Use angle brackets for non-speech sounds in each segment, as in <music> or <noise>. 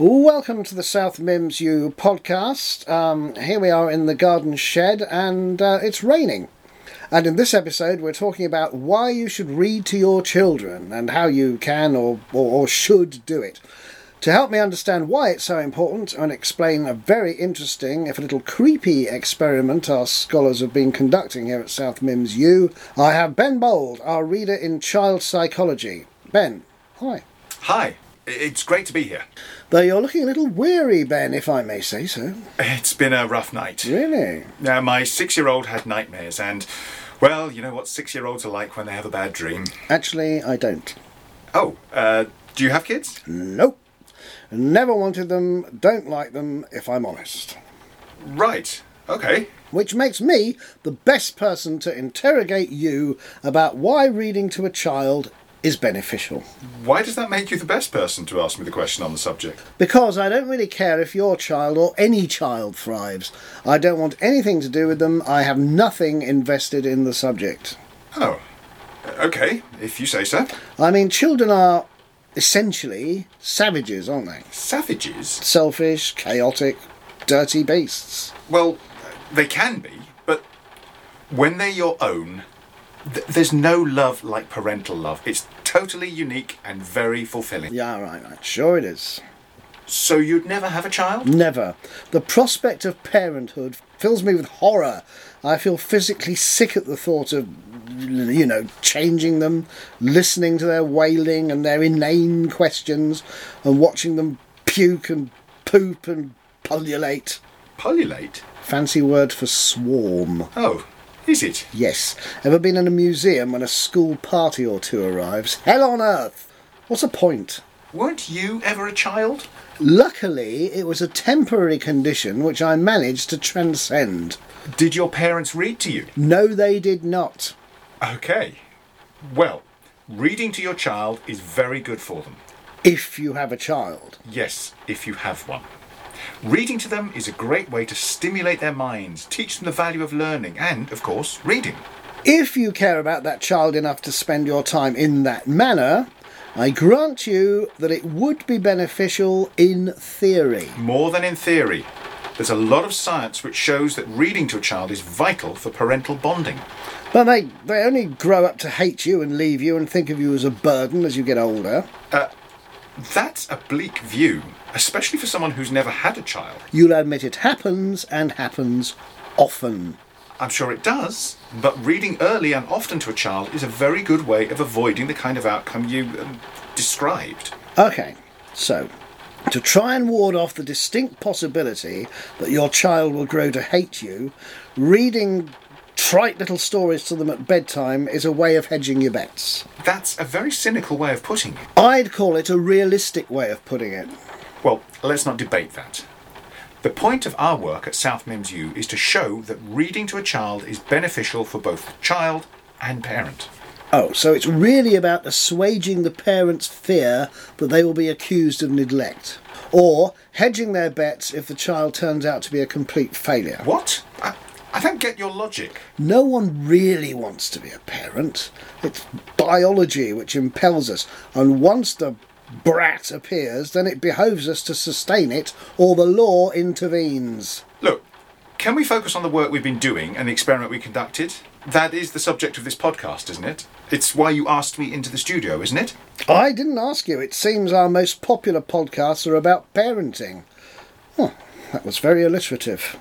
Welcome to the South Mims U podcast. Um, here we are in the garden shed, and uh, it's raining. And in this episode, we're talking about why you should read to your children and how you can or, or, or should do it. To help me understand why it's so important and explain a very interesting, if a little creepy, experiment our scholars have been conducting here at South Mims U, I have Ben Bold, our reader in child psychology. Ben, hi. Hi, i- it's great to be here. Though you're looking a little weary, Ben, if I may say so. It's been a rough night. Really? Now, my six year old had nightmares, and, well, you know what six year olds are like when they have a bad dream. Actually, I don't. Oh, uh, do you have kids? Nope. Never wanted them, don't like them, if I'm honest. Right, okay. Which makes me the best person to interrogate you about why reading to a child is beneficial. Why does that make you the best person to ask me the question on the subject? Because I don't really care if your child or any child thrives. I don't want anything to do with them. I have nothing invested in the subject. Oh, okay, if you say so. I mean, children are essentially savages, aren't they? Savages? Selfish, chaotic, dirty beasts. Well, they can be, but when they're your own, th- there's no love like parental love. It's totally unique and very fulfilling. Yeah, right, right. Sure it is. So you'd never have a child? Never. The prospect of parenthood fills me with horror. I feel physically sick at the thought of, you know, changing them, listening to their wailing and their inane questions, and watching them puke and poop and pullulate. Pollulate? Fancy word for swarm. Oh, is it? Yes. Ever been in a museum when a school party or two arrives? Hell on earth! What's the point? Weren't you ever a child? Luckily, it was a temporary condition which I managed to transcend. Did your parents read to you? No, they did not. Okay. Well, reading to your child is very good for them. If you have a child. Yes, if you have one. Reading to them is a great way to stimulate their minds, teach them the value of learning, and, of course, reading. If you care about that child enough to spend your time in that manner, I grant you that it would be beneficial in theory. More than in theory. There's a lot of science which shows that reading to a child is vital for parental bonding. But they, they only grow up to hate you and leave you and think of you as a burden as you get older. That's a bleak view, especially for someone who's never had a child. You'll admit it happens and happens often. I'm sure it does, but reading early and often to a child is a very good way of avoiding the kind of outcome you um, described. Okay, so to try and ward off the distinct possibility that your child will grow to hate you, reading trite little stories to them at bedtime is a way of hedging your bets. That's a very cynical way of putting it. I'd call it a realistic way of putting it. Well, let's not debate that. The point of our work at South Mims U is to show that reading to a child is beneficial for both the child and parent. Oh, so it's really about assuaging the parents' fear that they will be accused of neglect, or hedging their bets if the child turns out to be a complete failure. What? I, I don't get your logic. No one really wants to be a parent. It's biology which impels us, and once the brat appears, then it behoves us to sustain it, or the law intervenes. Look, can we focus on the work we've been doing and the experiment we conducted? That is the subject of this podcast, isn't it? It's why you asked me into the studio, isn't it? I didn't ask you. It seems our most popular podcasts are about parenting. Huh, that was very alliterative.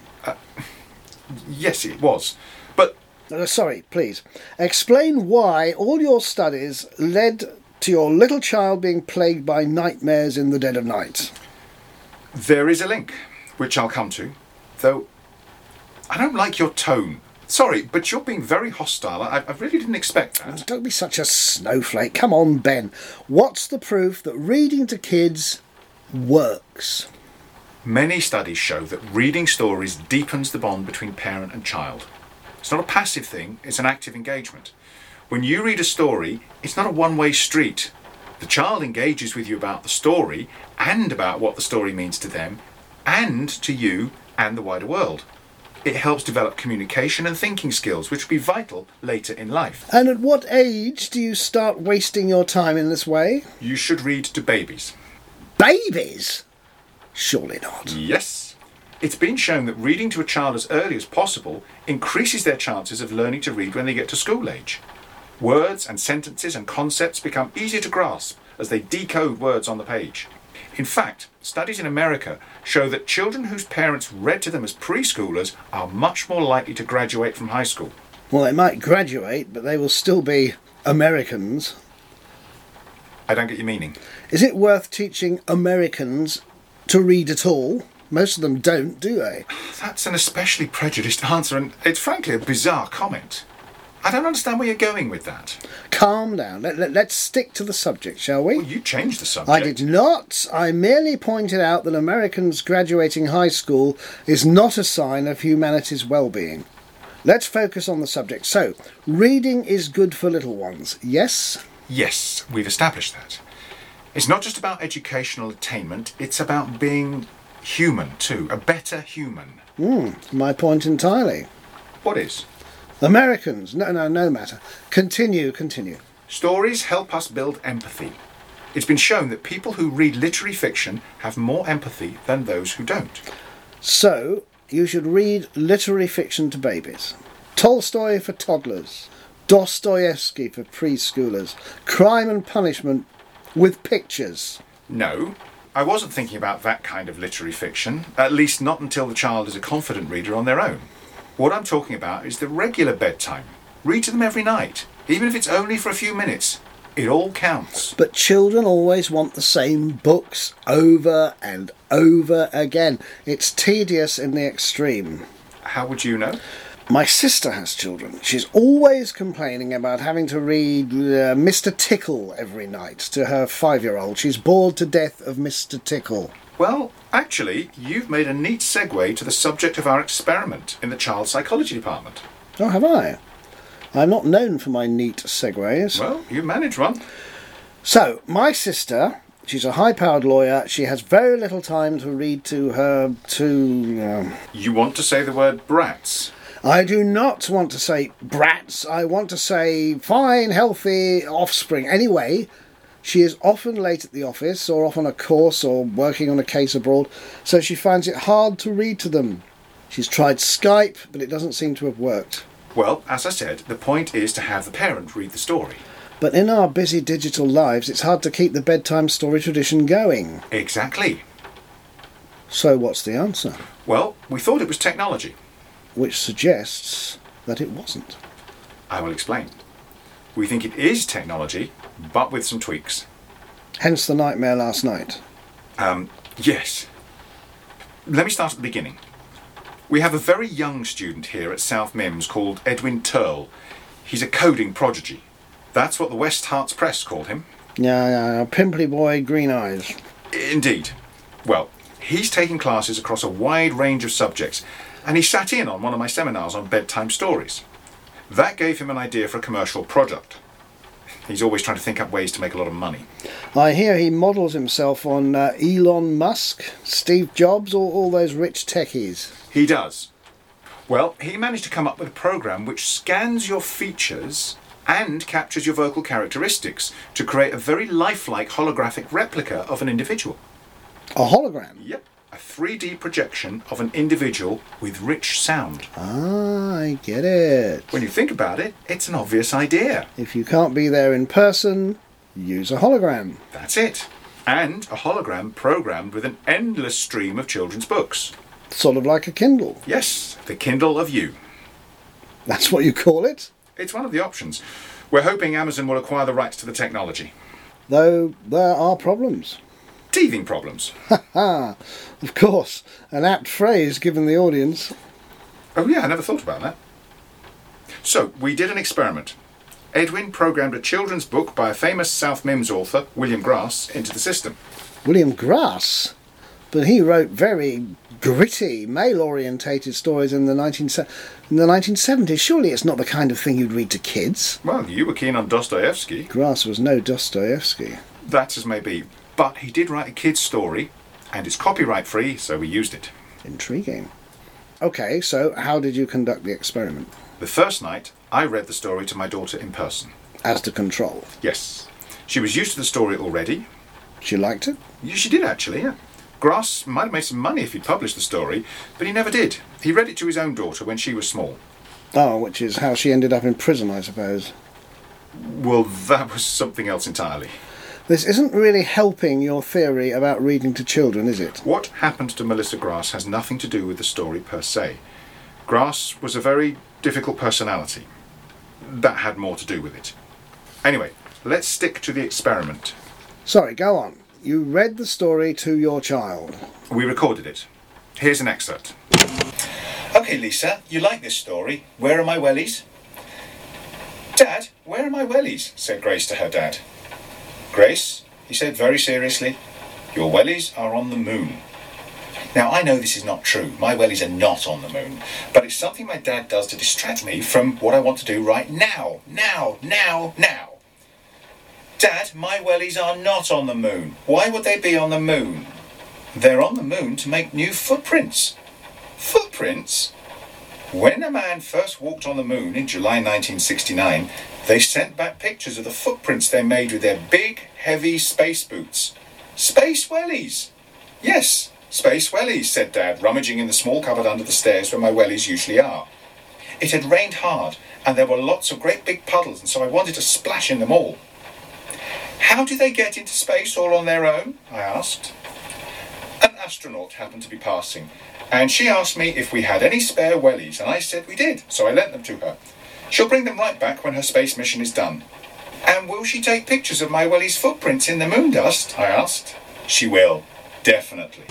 Yes, it was. But Uh, sorry, please. Explain why all your studies led to your little child being plagued by nightmares in the dead of night. there is a link, which I'll come to. Though, I don't like your tone. Sorry, but you're being very hostile. I, I really didn't expect that. Don't be such a snowflake. Come on, Ben. What's the proof that reading to kids works? Many studies show that reading stories deepens the bond between parent and child. It's not a passive thing, it's an active engagement. When you read a story, it's not a one way street. The child engages with you about the story and about what the story means to them and to you and the wider world. It helps develop communication and thinking skills, which will be vital later in life. And at what age do you start wasting your time in this way? You should read to babies. Babies? Surely not. Yes. It's been shown that reading to a child as early as possible increases their chances of learning to read when they get to school age. Words and sentences and concepts become easier to grasp as they decode words on the page. In fact, studies in America show that children whose parents read to them as preschoolers are much more likely to graduate from high school. Well, they might graduate, but they will still be Americans. I don't get your meaning. Is it worth teaching Americans to read at all? Most of them don't, do they? That's an especially prejudiced answer, and it's frankly a bizarre comment. I don't understand where you're going with that. Calm down. Let, let, us stick to the subject, shall Well, we? you changed the subject. I did not. I merely pointed out that Americans graduating high school is not a sign of humanity's well being. Let's focus on the subject. So, reading is good for little ones, yes? Yes, we've established that. It's not just about educational attainment, it's about being human too, a better human. My point entirely. What is? Americans, no, no, no matter. Continue, continue. Stories help us build empathy. It's been shown that people who read literary fiction have more empathy than those who don't. So, you should read literary fiction to babies. Tolstoy for toddlers. Dostoevsky for preschoolers. Crime and Punishment with pictures. No, I wasn't thinking about that kind of literary fiction, at least not until the child is a confident reader on their own. What I'm talking about is the regular bedtime. Read to them every night, even if it's only for a few minutes. It all counts. But children always want the same books over and over again. It's tedious in the extreme. How would you know? My sister has children. She's always complaining about having to read uh, Mr. Tickle every night to her five year old. She's bored to death of Mr. Tickle. Well, actually, you've made a neat segue to the subject of our experiment in the child psychology department. Oh, have I? I'm not known for my neat segues. Well, you manage one. So, my sister, she's a high powered lawyer. She has very little time to read to her. to. Um, You want to say the word brats. I do not want to say brats. I want to say fine, healthy offspring. Anyway, she is often late at the office or off on a course or working on a case abroad, so she finds it hard to read to them. She's tried Skype, but it doesn't seem to have worked. Well, as I said, the point is to have the parent read the story. But in our busy digital lives, it's hard to keep the bedtime story tradition going. Exactly. So, what's the answer? Well, we thought it was technology. Which suggests that it wasn't. I will explain. We think it is technology, but with some tweaks. Hence the nightmare last night. Um, yes. Let me start at the beginning. We have a very young student here at South Mims called Edwin Turl. He's a coding prodigy. That's what the West Hearts Press called him. Yeah, yeah, yeah, pimply boy, green eyes. Indeed. Well, he's taking classes across a wide range of subjects, and he sat in on one of my seminars on bedtime stories. That gave him an idea for a commercial product. He's always trying to think up ways to make a lot of money. I hear he models himself on uh, Elon Musk, Steve Jobs, all, all those rich techies. He does. Well, he managed to come up with a program which scans your features and captures your vocal characteristics to create a very lifelike holographic replica of an individual. A hologram. Yep. A 3D projection of an individual with rich sound. Ah, I get it. When you think about it, it's an obvious idea. If you can't be there in person, use a hologram. That's it. And a hologram programmed with an endless stream of children's books. Sort of like a Kindle. <laughs> Yes, the Kindle of You. That's what you call it. It's one of the options. We're hoping Amazon will acquire the rights to the technology. Though there are problems. Teething problems. Ah, of course, an apt phrase given the audience. Oh, yeah, I never thought about that. So, we did an experiment. Edwin programmed a children's book by a famous South Mims author, William Grass, into the system. William Grass, but he wrote very gritty, male orientated stories in the, 19, se- in the 1970s. Surely it's not the kind of thing you'd read to kids. Well, you were keen on Dostoevsky. Grass was no Dostoevsky. That's as may be. But he did write a kid's story, and it's copyright free, so we used it. Intriguing. Okay, so how did you conduct the experiment? The first night, I read the story to my daughter in person. As to control. Yes. She was used to the story already. She liked it? Yeah, She did actually, yeah. Grass might have made some money if he'd published the story, but he never did. He read it to his own daughter when she was small. Oh, which is how she ended up in prison, I suppose. Well, that was something else entirely. This isn't really helping your theory about reading to children, is it? What happened to Melissa Grass has nothing to do with the story per se. Grass was a very difficult personality. That had more to do with it. Anyway, let's stick to the experiment. Sorry, go on. You read the story to your child. We recorded it. Here's an excerpt. Okay, Lisa, you like this story. Where are my wellies? Dad, where are my wellies? said Grace to her dad. Grace, he said very seriously, your wellies are on the moon. Now, I know this is not true. My wellies are not on the moon. But it's something my dad does to distract me from what I want to do right now. Now, now, now. Dad, my wellies are not on the moon. Why would they be on the moon? They're on the moon to make new footprints. Footprints? When a man first walked on the moon in July 1969, they sent back pictures of the footprints they made with their big, heavy space boots. Space wellies! Yes, space wellies, said Dad, rummaging in the small cupboard under the stairs where my wellies usually are. It had rained hard, and there were lots of great big puddles, and so I wanted to splash in them all. How do they get into space all on their own? I asked an astronaut happened to be passing, and she asked me if we had any spare wellies, and I said we did, so I lent them to her. She'll bring them right back when her space mission is done. And will she take pictures of my wellie's footprints in the moon dust? I asked. She will, definitely.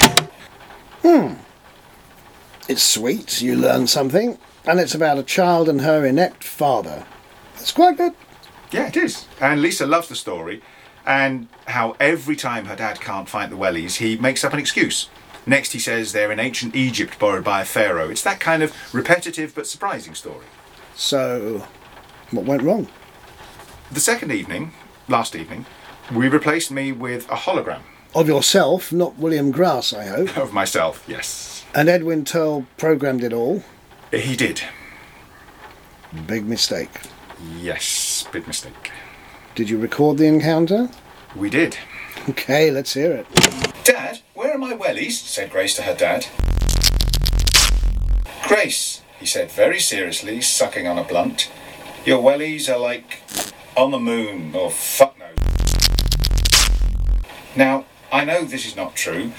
It's sweet, you learn something, and it's about a child and her inept father. It's quite good. Yeah, it is. And Lisa loves the story, and how every time her dad can't find the wellies, he makes up an excuse. Next, he says they're in ancient Egypt borrowed by a pharaoh. It's that kind of repetitive but surprising story. So, what went wrong? The second evening, last evening, we replaced me with a hologram Of yourself, not William Grass, I hope. of myself, yes. And Edwin Turl programmed it all. He did. Big mistake. Yes, big mistake. Did you record the encounter? <laughs> We did. Okay, let's hear it. Dad, where are my wellies? said Grace to her dad. Grace, he said very seriously, sucking on a blunt, your wellies are like on the moon or fuck no. Now, I know this is not true.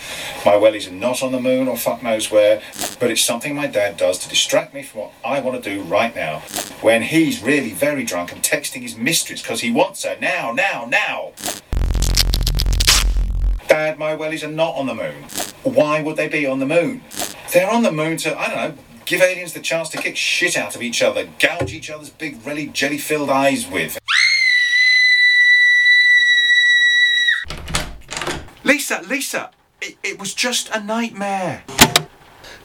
My wellies are not on the moon or fuck knows where, but it's something my dad does to distract me from what I want to do right now. When he's really very drunk and texting his mistress because he wants her now, now, now. Dad, my wellies are not on the moon. Why would they be on the moon? They're on the moon to, I don't know, give aliens the chance to kick shit out of each other, gouge each other's big, really jelly filled eyes with. Lisa, Lisa, it, it was just a nightmare.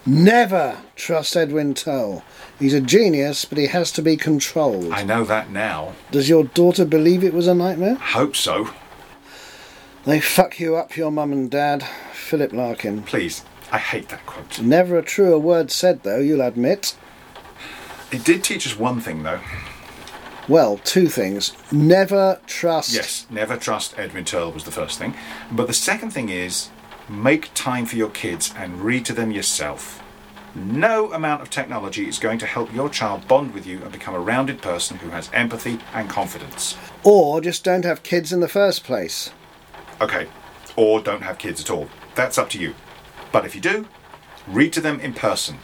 Never trust Edwin Toll. He's a genius, but he has to be controlled. I know that now. Does your daughter believe it was a nightmare? Hope so. They fuck you up, your mum and dad. Philip Larkin. Please, I hate that quote. Never a truer word said, though, you'll admit. It did teach us one thing, though. Well, two things. Never trust. Yes, never trust Edwin Turl was the first thing. But the second thing is make time for your kids and read to them yourself. No amount of technology is going to help your child bond with you and become a rounded person who has empathy and confidence. Or just don't have kids in the first place. Okay, or don't have kids at all. That's up to you. But if you do, read to them in person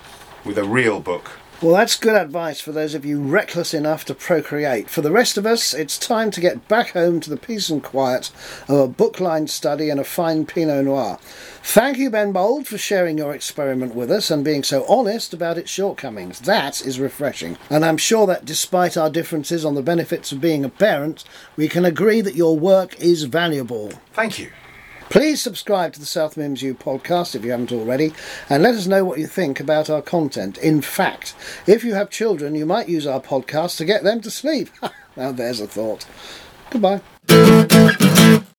with a real book. Well, that's good advice for those of you reckless enough to procreate. For the rest of us, it's time to get back home to the peace and quiet of a book lined study and a fine Pinot Noir. Thank you, Ben Bold, for sharing your experiment with us and being so honest about its shortcomings. That is refreshing. And I'm sure that despite our differences on the benefits of being a parent, we can agree that your work is valuable. Thank you. Please subscribe to the South Mims U podcast if you haven't already, and let us know what you think about our content. In fact, if you have children, you might use our <laughs> podcast to get them to sleep. now, there's a thought. Goodbye.